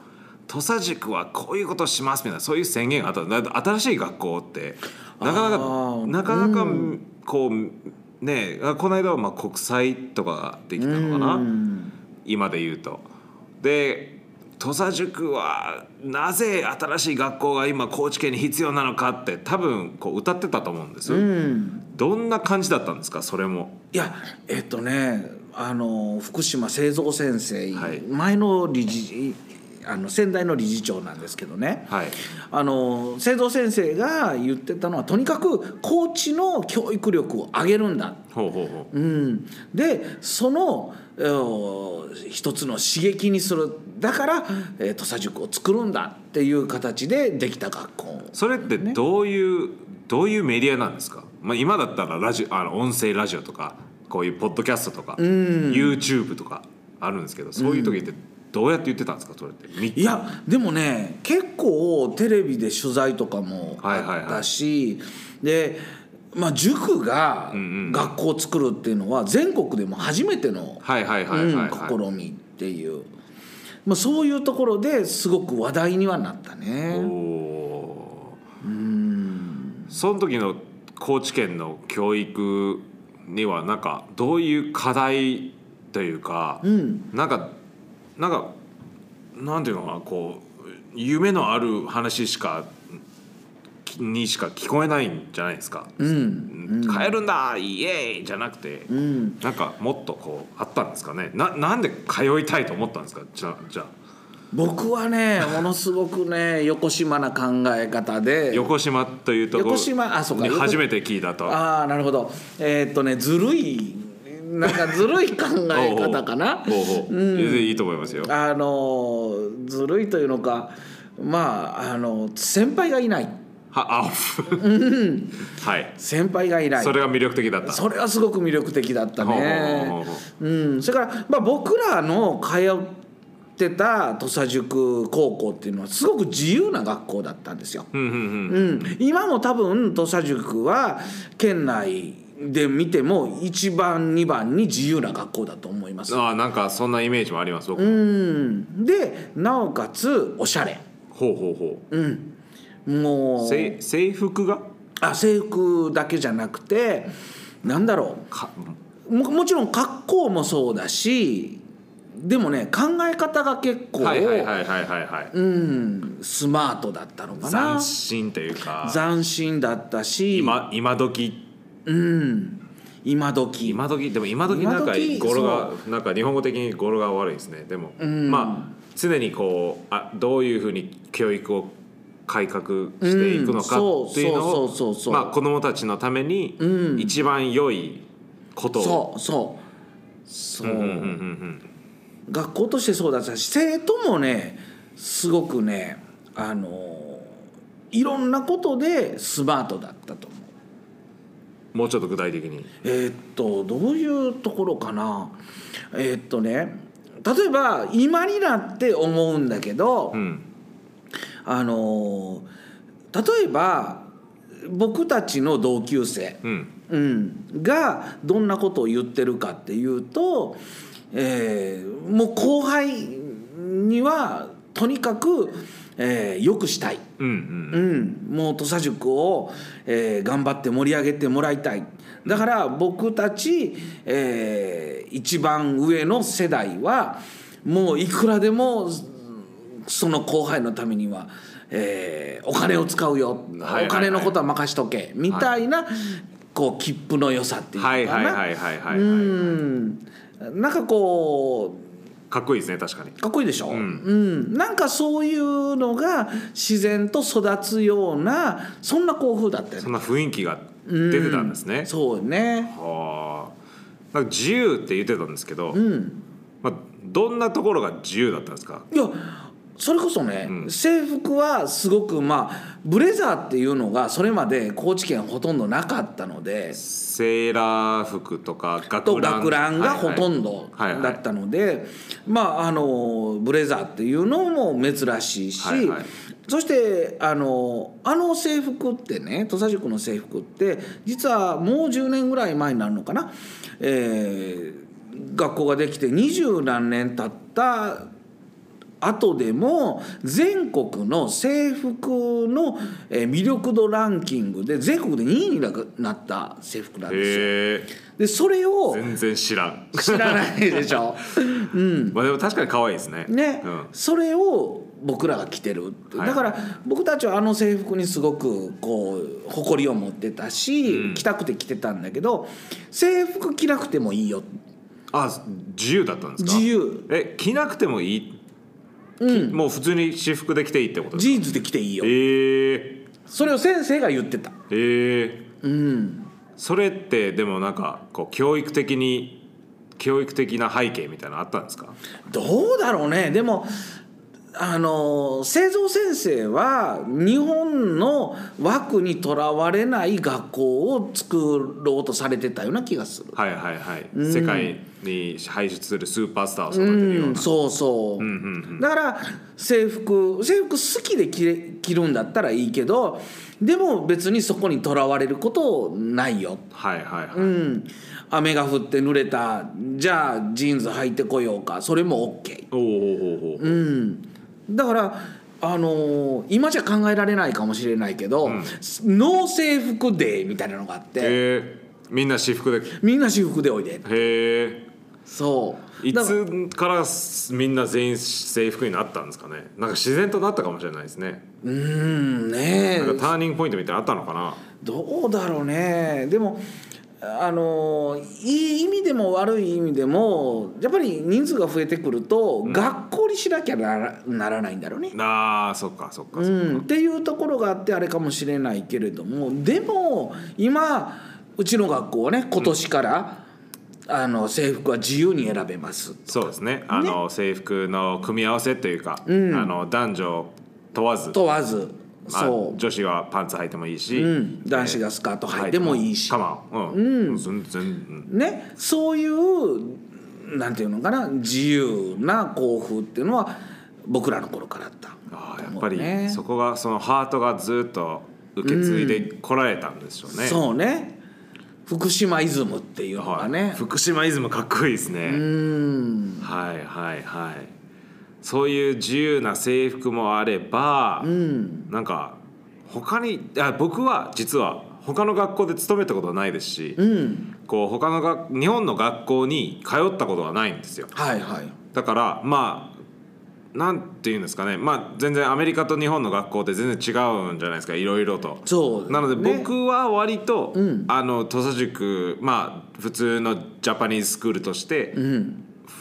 A: 土佐塾はこういうことしますみたいなそういう宣言があっただって新しい学校ってなかなか
B: あー
A: なかなかこう、ねあこの間はまあ国際とかができたのかな。今で言うと。で土佐塾はなぜ新しい学校が今高知県に必要なのかって多分こう歌ってたと思うんですよ、どんな感じだったんですかそれも
B: いやえっとねあの福島清三先生、
A: はい
B: 前の理事あの先代の理事長なんですけどね、
A: はい
B: あの清三先生が言ってたのはとにかく高知の教育力を上げるんだ、
A: ほうほうほう
B: うん、でその、えー一つの刺激にするだから、えー土佐塾を作るんだっていう形でできた学校
A: それってどういう、どういうメディアなんですか、まあ、今だったらラジオあの音声ラジオとかこういうポッドキャストとか、YouTube とかあるんですけどそういう時ってどうやって言ってたんですかそれってみ
B: いやでもね結構テレビで取材とかも
A: はいはいはい
B: あったし、で、まあ、塾が
A: んうん
B: 学校を作るっていうのは全国でも初めての
A: はいはいはいはいはい、
B: うん試みっていう、まあ、そういうところですごく話題にはなったね。
A: おうんその時の高知県の教育にはなんかどういう課題というか、なんかなんかなんていうのかなこう夢のある話しか聞にしか聞こえないんじゃないですか「
B: うんうん
A: 帰るんだイエーイ!」じゃなくて、
B: うん
A: なんかもっとこうあったんですかねななんで通いたいと思ったんですかじゃあじゃあ
B: 僕はねものすごくね 横島な考え方で
A: 横島というとこ
B: 横島あそうか
A: に
B: 横
A: 初めて聞いたと
B: ああなるほどえーっとねずるいなんかずるい考え方 かな
A: ほうほうほう
B: うん
A: 全然いいと思いますよ
B: あのずるいというのかまああの先輩がいない
A: はあ はい
B: 先輩がいない
A: それが魅力的だった
B: それはすごく魅力的だった
A: ほうほうほう
B: ね
A: ほう。
B: うん、それから、まあ、僕らの通ってた土佐塾高校っていうのはすごく自由な学校だったんですよ。
A: うんうんうん
B: うん、今も多分土佐塾は県内で見ても1番2番に自由な学校だと思います。
A: ああなんかそんなイメージもあります僕
B: うん、でなおかつおしゃれ。
A: ほうほうほ
B: うん、も
A: う
B: う
A: せい制服が
B: あ制服だけじゃなくてなんだろう
A: か
B: ももちろん格好もそうだしでもね考え方が結構、
A: はいはいはいはいはいはい
B: うん、スマートだったのかな
A: 斬新というか
B: 斬新だったし
A: 今今時
B: うん、今時
A: 今時でも今時なんか
B: 今時
A: 語呂がなんか日本語的に語呂が悪いですねでも、
B: ん
A: まあ常にこうあどういうふうに教育を改革していくのか
B: うん
A: っていうの
B: そうそうそうそうそ
A: を
B: う
A: まあ子どもたちのために
B: うん
A: 一番良いことを、
B: そうそうそう、
A: うんうんうんうん
B: 学校としてそうだったし生徒もねすごくねあのいろんなことでスマートだったと思う。
A: もうちょっと具体的に
B: えーっとどういうところかなえーっとね例えば今になって思うんだけど、
A: うん
B: あの例えば僕たちの同級生、
A: うん
B: うん、がどんなことを言ってるかっていうと、えーもう後輩にはとにかく、えーよくしたい。
A: うんうん
B: うん、もう土佐塾を、えー頑張って盛り上げてもらいたいだから僕たち、えー一番上の世代はもういくらでもその後輩のためには、えーお金を使うよ、
A: はいはいはい
B: お金のことは任しとけみたいな、こう切符の良さっていう
A: はい
B: の
A: は
B: か
A: い
B: な、
A: はいはいはい、は
B: うんなんかこう
A: い、かっこいいですね確かに
B: かっこいいでしょ、うんんなんかそういうのが自然と育つようなそんな校風だったよ
A: そ
B: ね
A: んな雰囲気が出てたんですね、
B: そうね
A: はあなんか自由って言ってたんですけど、
B: うん
A: まあ、どんなところが自由だったんですか
B: いやそれこそね、制服はすごくまあブレザーっていうのがそれまで高知県ほとんどなかったので
A: セーラー服とか
B: と
A: 学ラン
B: 学ランがほとん
A: は
B: ど
A: いはい
B: だったので、まああのブレザーっていうのも珍しいし、
A: はいはい
B: そしてあのあの制服ってね土佐塾の制服って実はもう10年ぐらい前になるのかな、えー学校ができて二十何年経った後でも全国の制服のえー魅力度ランキングで全国で2位になった制服なん
A: いはい
B: ですよ。
A: へえ
B: でそれを
A: 全然知らん
B: 知らないでしょ、うん、
A: まあでも確かに可愛いですね
B: ね、
A: うん、
B: それを僕らが着てるって、
A: はい
B: だから僕たちはあの制服にすごくこう誇りを持ってたし、
A: うん
B: 着たくて着てたんだけど制服着なくてもいいよ
A: あ自由だったんですか
B: 自由
A: え着なくてもいい、うん、もう普通に私服で着ていいってことです
B: ジ
A: か
B: ーンズで着ていいよ
A: へえ
B: それを先生が言ってた
A: へえ
B: うん
A: それってでもなんかこう教育的に教育的な背景みたいなのあったんですか
B: どうだろうねでもあの製造先生は日本の枠にとらわれない学校を作ろうとされてたような気がする。
A: はいはいはい、世界に輩出するスーパースターを育てるような、
B: うん、そうそう,、
A: んうん
B: だから制服制服好きで着れ着るんだったらいいけどでも別にそこにとらわれることないよ、
A: はいはいはい、
B: うん、雨が降って濡れたじゃあジーンズ履いてこようかそれも OK、
A: おおおおおお
B: うん、だからあのー今じゃ考えられないかもしれないけど、ノー制服デーみたいなのがあって、
A: へえみんな私服で
B: みんな私服でおいで
A: へえ
B: そう
A: い
B: だから
A: つからみんな全員制服になったんですかねなんか自然となったかもしれないですね
B: うーんねえ
A: なんかターニングポイントみたいなのあったのかな
B: どうだろうねでもあのいい意味でも悪い意味でもやっぱり人数が増えてくると、学校にしなきゃならならないんだろうね。
A: あーそっかそっかそっか、
B: うん、っていうところがあってあれかもしれないけれどもでも今うちの学校はね今年から、あの制服は自由に選べます
A: そうですねあの制服の組み合わせというか、あの男女問わず
B: 問わず
A: まあ
B: そう、
A: 女子はパンツ履いてもいいし、
B: うん、男子がスカート履いてもいいし
A: カマンうん、全然、うん
B: ね、そういうなんていうのかな自由な校風っていうのは僕らの頃からあった
A: あーや
B: と
A: っ
B: 思
A: ぱ
B: うね
A: りそこがそのハートがずっと受け継いでこられたんでしょうね、
B: そうね福島イズムっていうの
A: は
B: が
A: い、
B: ね、
A: 福島イズムかっこいいですね、
B: うん
A: はいはいはいそういう自由な制服もあれば、なんか他にあ僕は実は他の学校で勤めたことはないですし、こう他のが日本の学校に通ったことはないんですよ
B: はいはい
A: だからまあなんて言うんですかねまあ全然アメリカと日本の学校って全然違うんじゃないですかいろいろと。
B: そうだね
A: なので僕は割と、あの土佐塾まあ普通のジャパニーズスクールとして、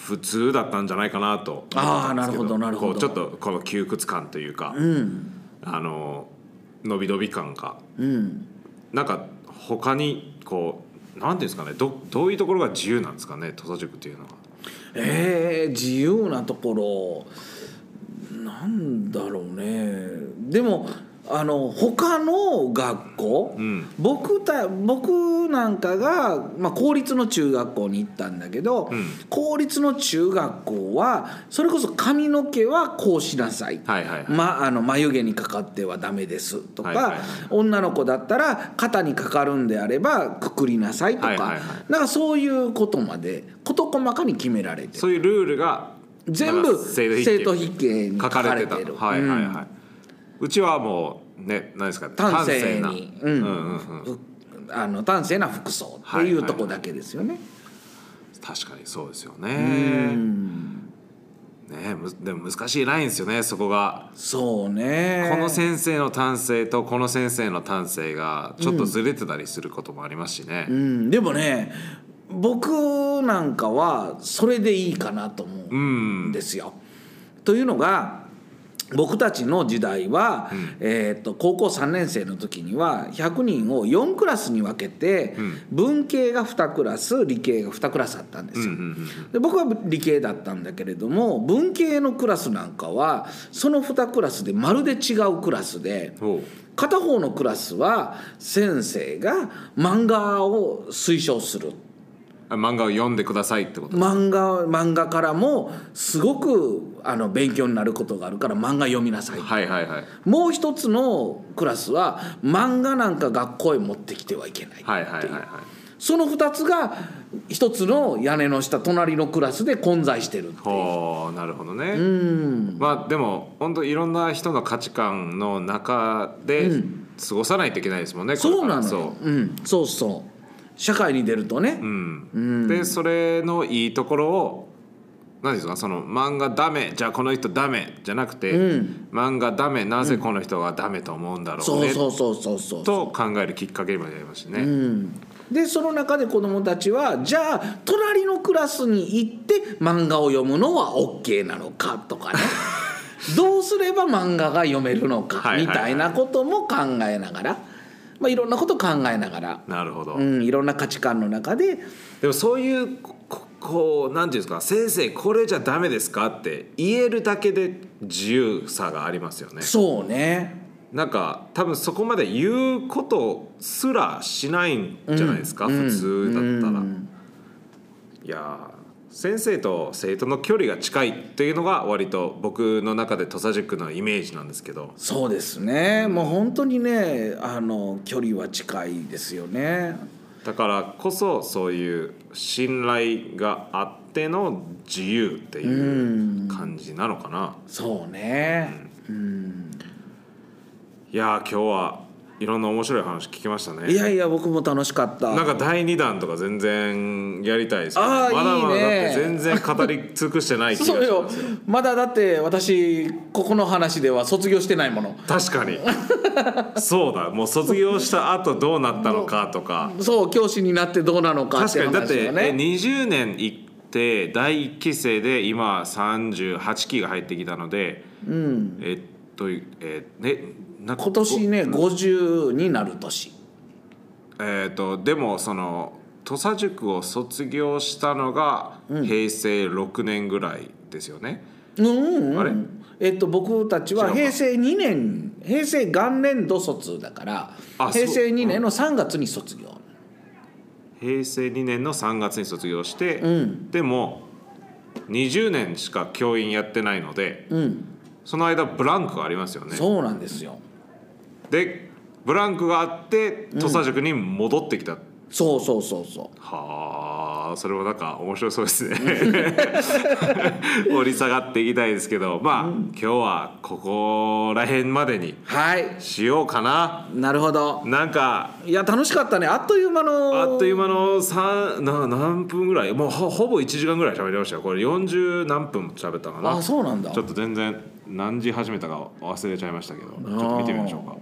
A: 普通だったんじゃないかなと思ったんですけ
B: あーなるほどなるほど
A: こうちょっとこの窮屈感というか、あの伸び伸び感が、なんか他にこうなんていうんですかねどどういうところが自由なんですかね土佐塾っていうのは。
B: えー、自由なところなんだろうねでもあの他の学校、
A: ん
B: 僕た僕なんかが、まあ、公立の中学校に行ったんだけど、
A: ん
B: 公立の中学校はそれこそ髪の毛はこうしなさい、
A: はいはいはい
B: ま、あの眉毛にかかってはダメですとか、
A: はいはいはい
B: 女の子だったら肩にかかるんであればくくりなさいとか、
A: はいはいはい
B: なんかそういうことまで事細かに決められてる
A: そういうルールが
B: 全
A: なん
B: 部
A: か
B: 生徒
A: 筆
B: 必見に
A: 記書
B: 書
A: か
B: か
A: れ
B: れ
A: てた
B: てる
A: はいはいはい、うちはもうね何ですかね
B: 端
A: 端正
B: 正に
A: な
B: うん
A: うんうんうん
B: ふあの端正な服装っていうとこだけですよね。
A: 確かにそうですよねねむでも難しいラインですよねそこが、
B: そうね
A: この先生の端正とこの先生の端正がちょっとずれてたりすることもありますしね、
B: うん、でもね僕なんかはそれでいいかなと思うんですよ。というのが僕たちの時代は、えー、と高校3年生の時には100人を4クラスに分けて、文系が2クラス理系が2クラスあったんですよ。で僕は理系だったんだけれども文系のクラスなんかはその2クラスでまるで違うクラスで。
A: おう
B: 片方のクラスは先生が漫画を推奨する
A: あ漫画を読んでくださいってこと
B: 漫画漫画からもすごくあの勉強になることがあるから漫画読みなさい、
A: はいはいはい
B: もう一つのクラスは漫画なんか学校へ持ってきてはいけない
A: はいはいはいはい
B: その2つが一つの屋根の下隣のクラスで混在してるっていう
A: ほうなるほどねまあでも本当いろんな人の価値観の中で過ごさないといけないですもんね、これか
B: そう
A: ら
B: なのよ
A: そ
B: うん、そうそう社会に出るとね、
A: う、うん、でそれのいいところを何ですかその漫画ダメじゃあこの人ダメじゃなくて、漫画ダメなぜこの人がダメと思うんだろう
B: そう
A: ね、
B: そうそうそうそう
A: と考えるきっかけにもなりますしね、
B: でその中で子どもたちはじゃあ隣のクラスに行って漫画を読むのは OK なのか とかねどうすれば漫画が読めるの
A: は
B: か
A: いはい
B: み
A: はい
B: たいなことも考えながら、まあ、いろんなことを考えながら、
A: なるほど、
B: うん、いろんな価値観の中で
A: でもそういうこここう何ていうんですか先生これじゃダメですかって言えるだけで自由さがありますよね
B: そうね
A: なんか多分そこまで言うことすらしないんじゃないですか、普通だったら、いやー先生と生徒の距離が近いっていうのが割と僕の中で土佐塾のイメージなんですけど
B: そうですねもう本当にねあの距離は近いですよね。
A: だからこそそういう信頼があっての自由っていう感じなのかな、
B: そうね、
A: いやー今日はいろんな面白い話聞きましたね
B: いやいや僕も楽しかった
A: なんか第2弾とか全然やりたいですけど
B: あー
A: まだまだ
B: いい
A: だっ
B: ね
A: て全然語り尽くしてない気がし
B: そうよ
A: ますよ
B: まだだって私ここの話では卒業してないもの
A: 確かにそうだもう卒業した後どうなったのかとか
B: そう教師になってどうなのかっ
A: 確
B: て
A: か
B: 話
A: に
B: だ
A: だって
B: よ
A: え
B: ね
A: 20年行って第1期生で今38期が入ってきたので、えっとえーねな
B: 今年ね50になる年
A: えー、とでもその土佐塾を卒業したのが平成6年ぐらいですよね、
B: うんうん、うん、
A: あれ
B: えっと僕たち
A: 違う
B: は
A: か
B: 平成2年平成元年度卒だから
A: あそう
B: 平成2年の3月に卒業
A: 平成2年の3月に卒業して、
B: ん
A: でも20年しか教員やってないので
B: うん
A: その間ブランクがありますよね
B: そうなんですよ
A: でブランクがあって土佐塾に戻ってきた、
B: そうそうそうそう
A: はあそれもなんか面白そうですね 掘り下がっていきたいですけどまあ、今日はここら辺までに
B: はい
A: しようかな
B: なるほど
A: なんか
B: いや楽しかったねあっという間の
A: あっという間の3な何分ぐらいもうほほぼ1時間ぐらい喋りましたよこれ40何分喋ったかな
B: あそうなんだ
A: ちょっと全然何時始めたか忘れちゃいましたけどちょっと見てみましょうか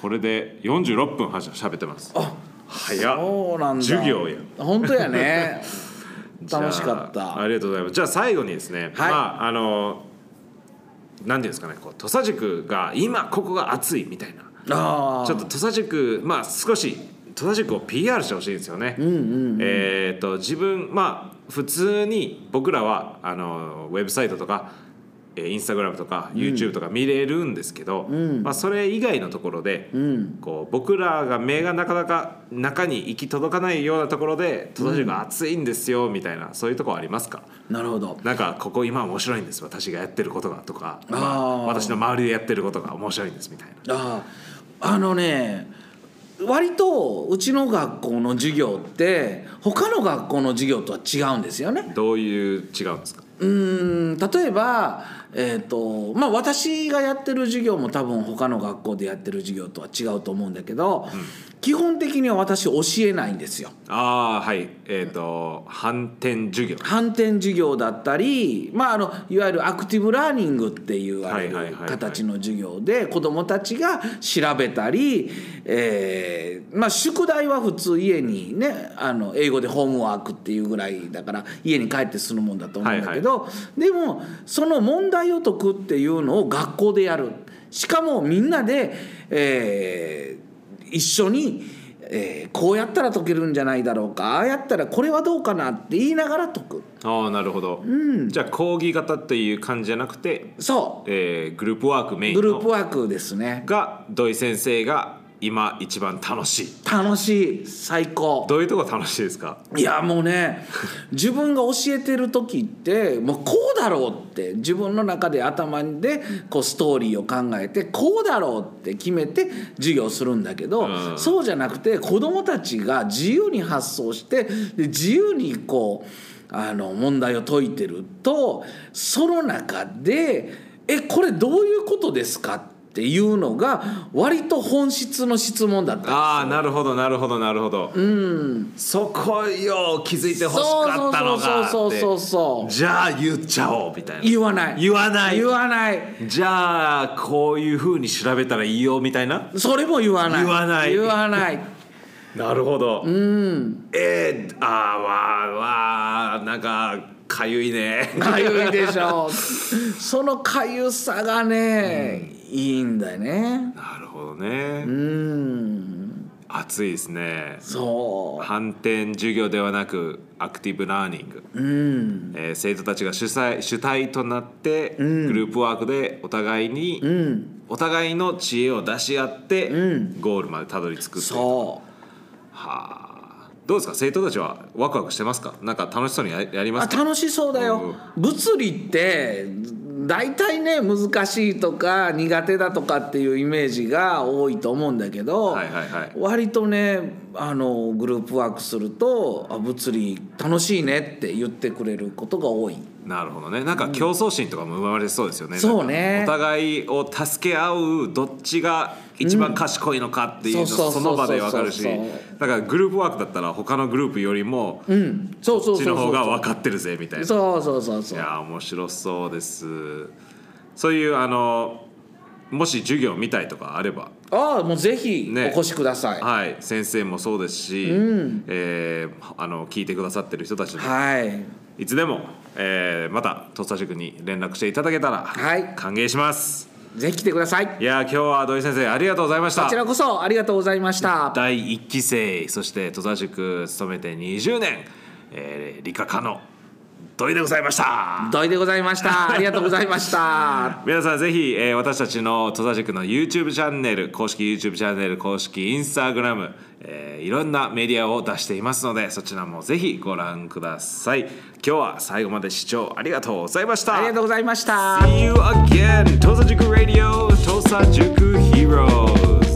A: これで46分はしゃべってます
B: あ
A: 早っ
B: そうなんだ
A: 授業や
B: 本当やね
A: じゃあ
B: 楽しかっ
A: あ
B: た
A: りがとうございますじゃあ最後にですね、
B: はい
A: まああの何ていうんですかねこう土佐塾が今ここが熱いみたいな
B: ああ
A: ちょっと土佐塾まあ少し土佐塾を PR してほしいんですよね。えっ、と自分まあ普通に僕らはあのウェブサイトとか。えーインスタグラムとか YouTube とか見れるんですけど、まあ、それ以外のところで、こう僕らが目がなかなか中に行き届かないようなところで戸田塾が熱いんですよみたいな、そういうとこありますか
B: なるほど
A: なんかここ今面白いんです私がやってることがとかまあ
B: あー
A: 私の周りでやってることが面白いんですみたいな。
B: あああのね割とうちの学校の授業って他の学校の授業とは違うんですよね。
A: どういう違うんですか
B: うーん例えば、えーとまあ、私がやってる授業も多分他の学校でやってる授業とは違うと思うんだけど、基本的には私教えないんですよ。
A: ああはいえっ、と反転授業
B: 反転授業だったり、まあ、あのいわゆるアクティブラーニングっていうあれる
A: はいはいはいはい
B: 形の授業で子どもたちが調べたり、えーまあ、宿題は普通家にねあの英語でホームワークっていうぐらいだから家に帰ってするもんだと思うんだけど、でもその問題を解くっていうのを学校でやるしかもみんなで、えー一緒に、えーこうやったら解けるんじゃないだろうかああやったらこれはどうかなって言いながら解く
A: ああなるほど、じゃあ講義型っていう感じじゃなくて、
B: そ
A: えーグループワークメ
B: う
A: イン
B: グループ
A: の
B: ワークですね
A: が土井先生が今一番楽しい
B: 楽しい最高
A: どういうとこ楽しいですか
B: いやもうね自分が教えてる時ってもうこうだろうって自分の中で頭でこうストーリーを考えてこうだろうって決めて授業するんだけど、
A: うん
B: そうじゃなくて子どもたちが自由に発想してで自由にこうあの問題を解いてるとその中で「えこれどういうことですか?」っていうのが割と本質の質問だったんですよ
A: ああなるほどなるほどなるほど、そこよ気づいてほしかったのが
B: そうそうそうそう
A: って
B: そうそう
A: じゃあ言っちゃおうみたいな
B: 言わない
A: 言わない
B: 言わない
A: じゃあこういうふうに調べたらいいよみたいな
B: それも言わない
A: 言わない
B: 言わない
A: なるほど。うん。えー、あーわーわーなんかかゆいね。
B: かゆいでしょそのかゆさがね、いいんだよね
A: なるほどね。
B: うん
A: 暑いですね。
B: そ
A: 反転授業ではなくアクティブラーニング、
B: ううん
A: えー生徒たちが主催主体となって、グループワークでお互いに、
B: うん
A: お互いの知恵を出し合って、ゴールまでたどり着くという
B: そう
A: はあどうですか生徒たちはワクワクしてますかなんか楽しそうにややりま
B: あ
A: すか
B: 楽しそうだよ、物理って大体ね難しいとか苦手だとかっていうイメージが多いと思うんだけど、
A: はいはいはい
B: 割とねあのグループワークするとあ「物理楽しいね」って言ってくれることが多い。
A: なるほどねなんか競争心とかも生まれそうですよね、
B: そう
A: な
B: ね
A: んかお互いを助け合うどっちが一番賢いのかっていうの
B: うんそうそう
A: その場で分かるし
B: そう
A: だ
B: そうそう
A: からグループワークだったら他のグループよりもこ
B: うんそうそう
A: っ
B: そ
A: ち
B: うそ
A: の
B: う
A: 方が分かってるぜみたいな
B: そうそうそう
A: い
B: そう
A: やー面白そうですそういうあのもし授業見たいとかあれば
B: ああもうぜひ
A: ね
B: お越しください、
A: はい先生もそうですし、
B: うん
A: えーあの聞いてくださってる人たちも
B: はい
A: いつでも、えーまた土佐塾に連絡していただけたら、
B: はい
A: 歓迎します
B: ぜひ来てくださいこ
A: いやー今日は土井先生ありがとうございました
B: ちらこそありがとうございました
A: 第1期生そして土佐塾勤めて20年、えー理科科の土井でございました
B: 土井でございましたありがとうございました
A: 皆さんぜひ、えー私たちの戸田塾の YouTube チャンネル公式 YouTube チャンネル公式 Instagram、えーいろんなメディアを出していますのでそちらもぜひご覧ください今日は最後まで視聴ありがとうございました
B: ありがとうございました
A: See you again 戸田塾 Radio 戸田塾 Heroes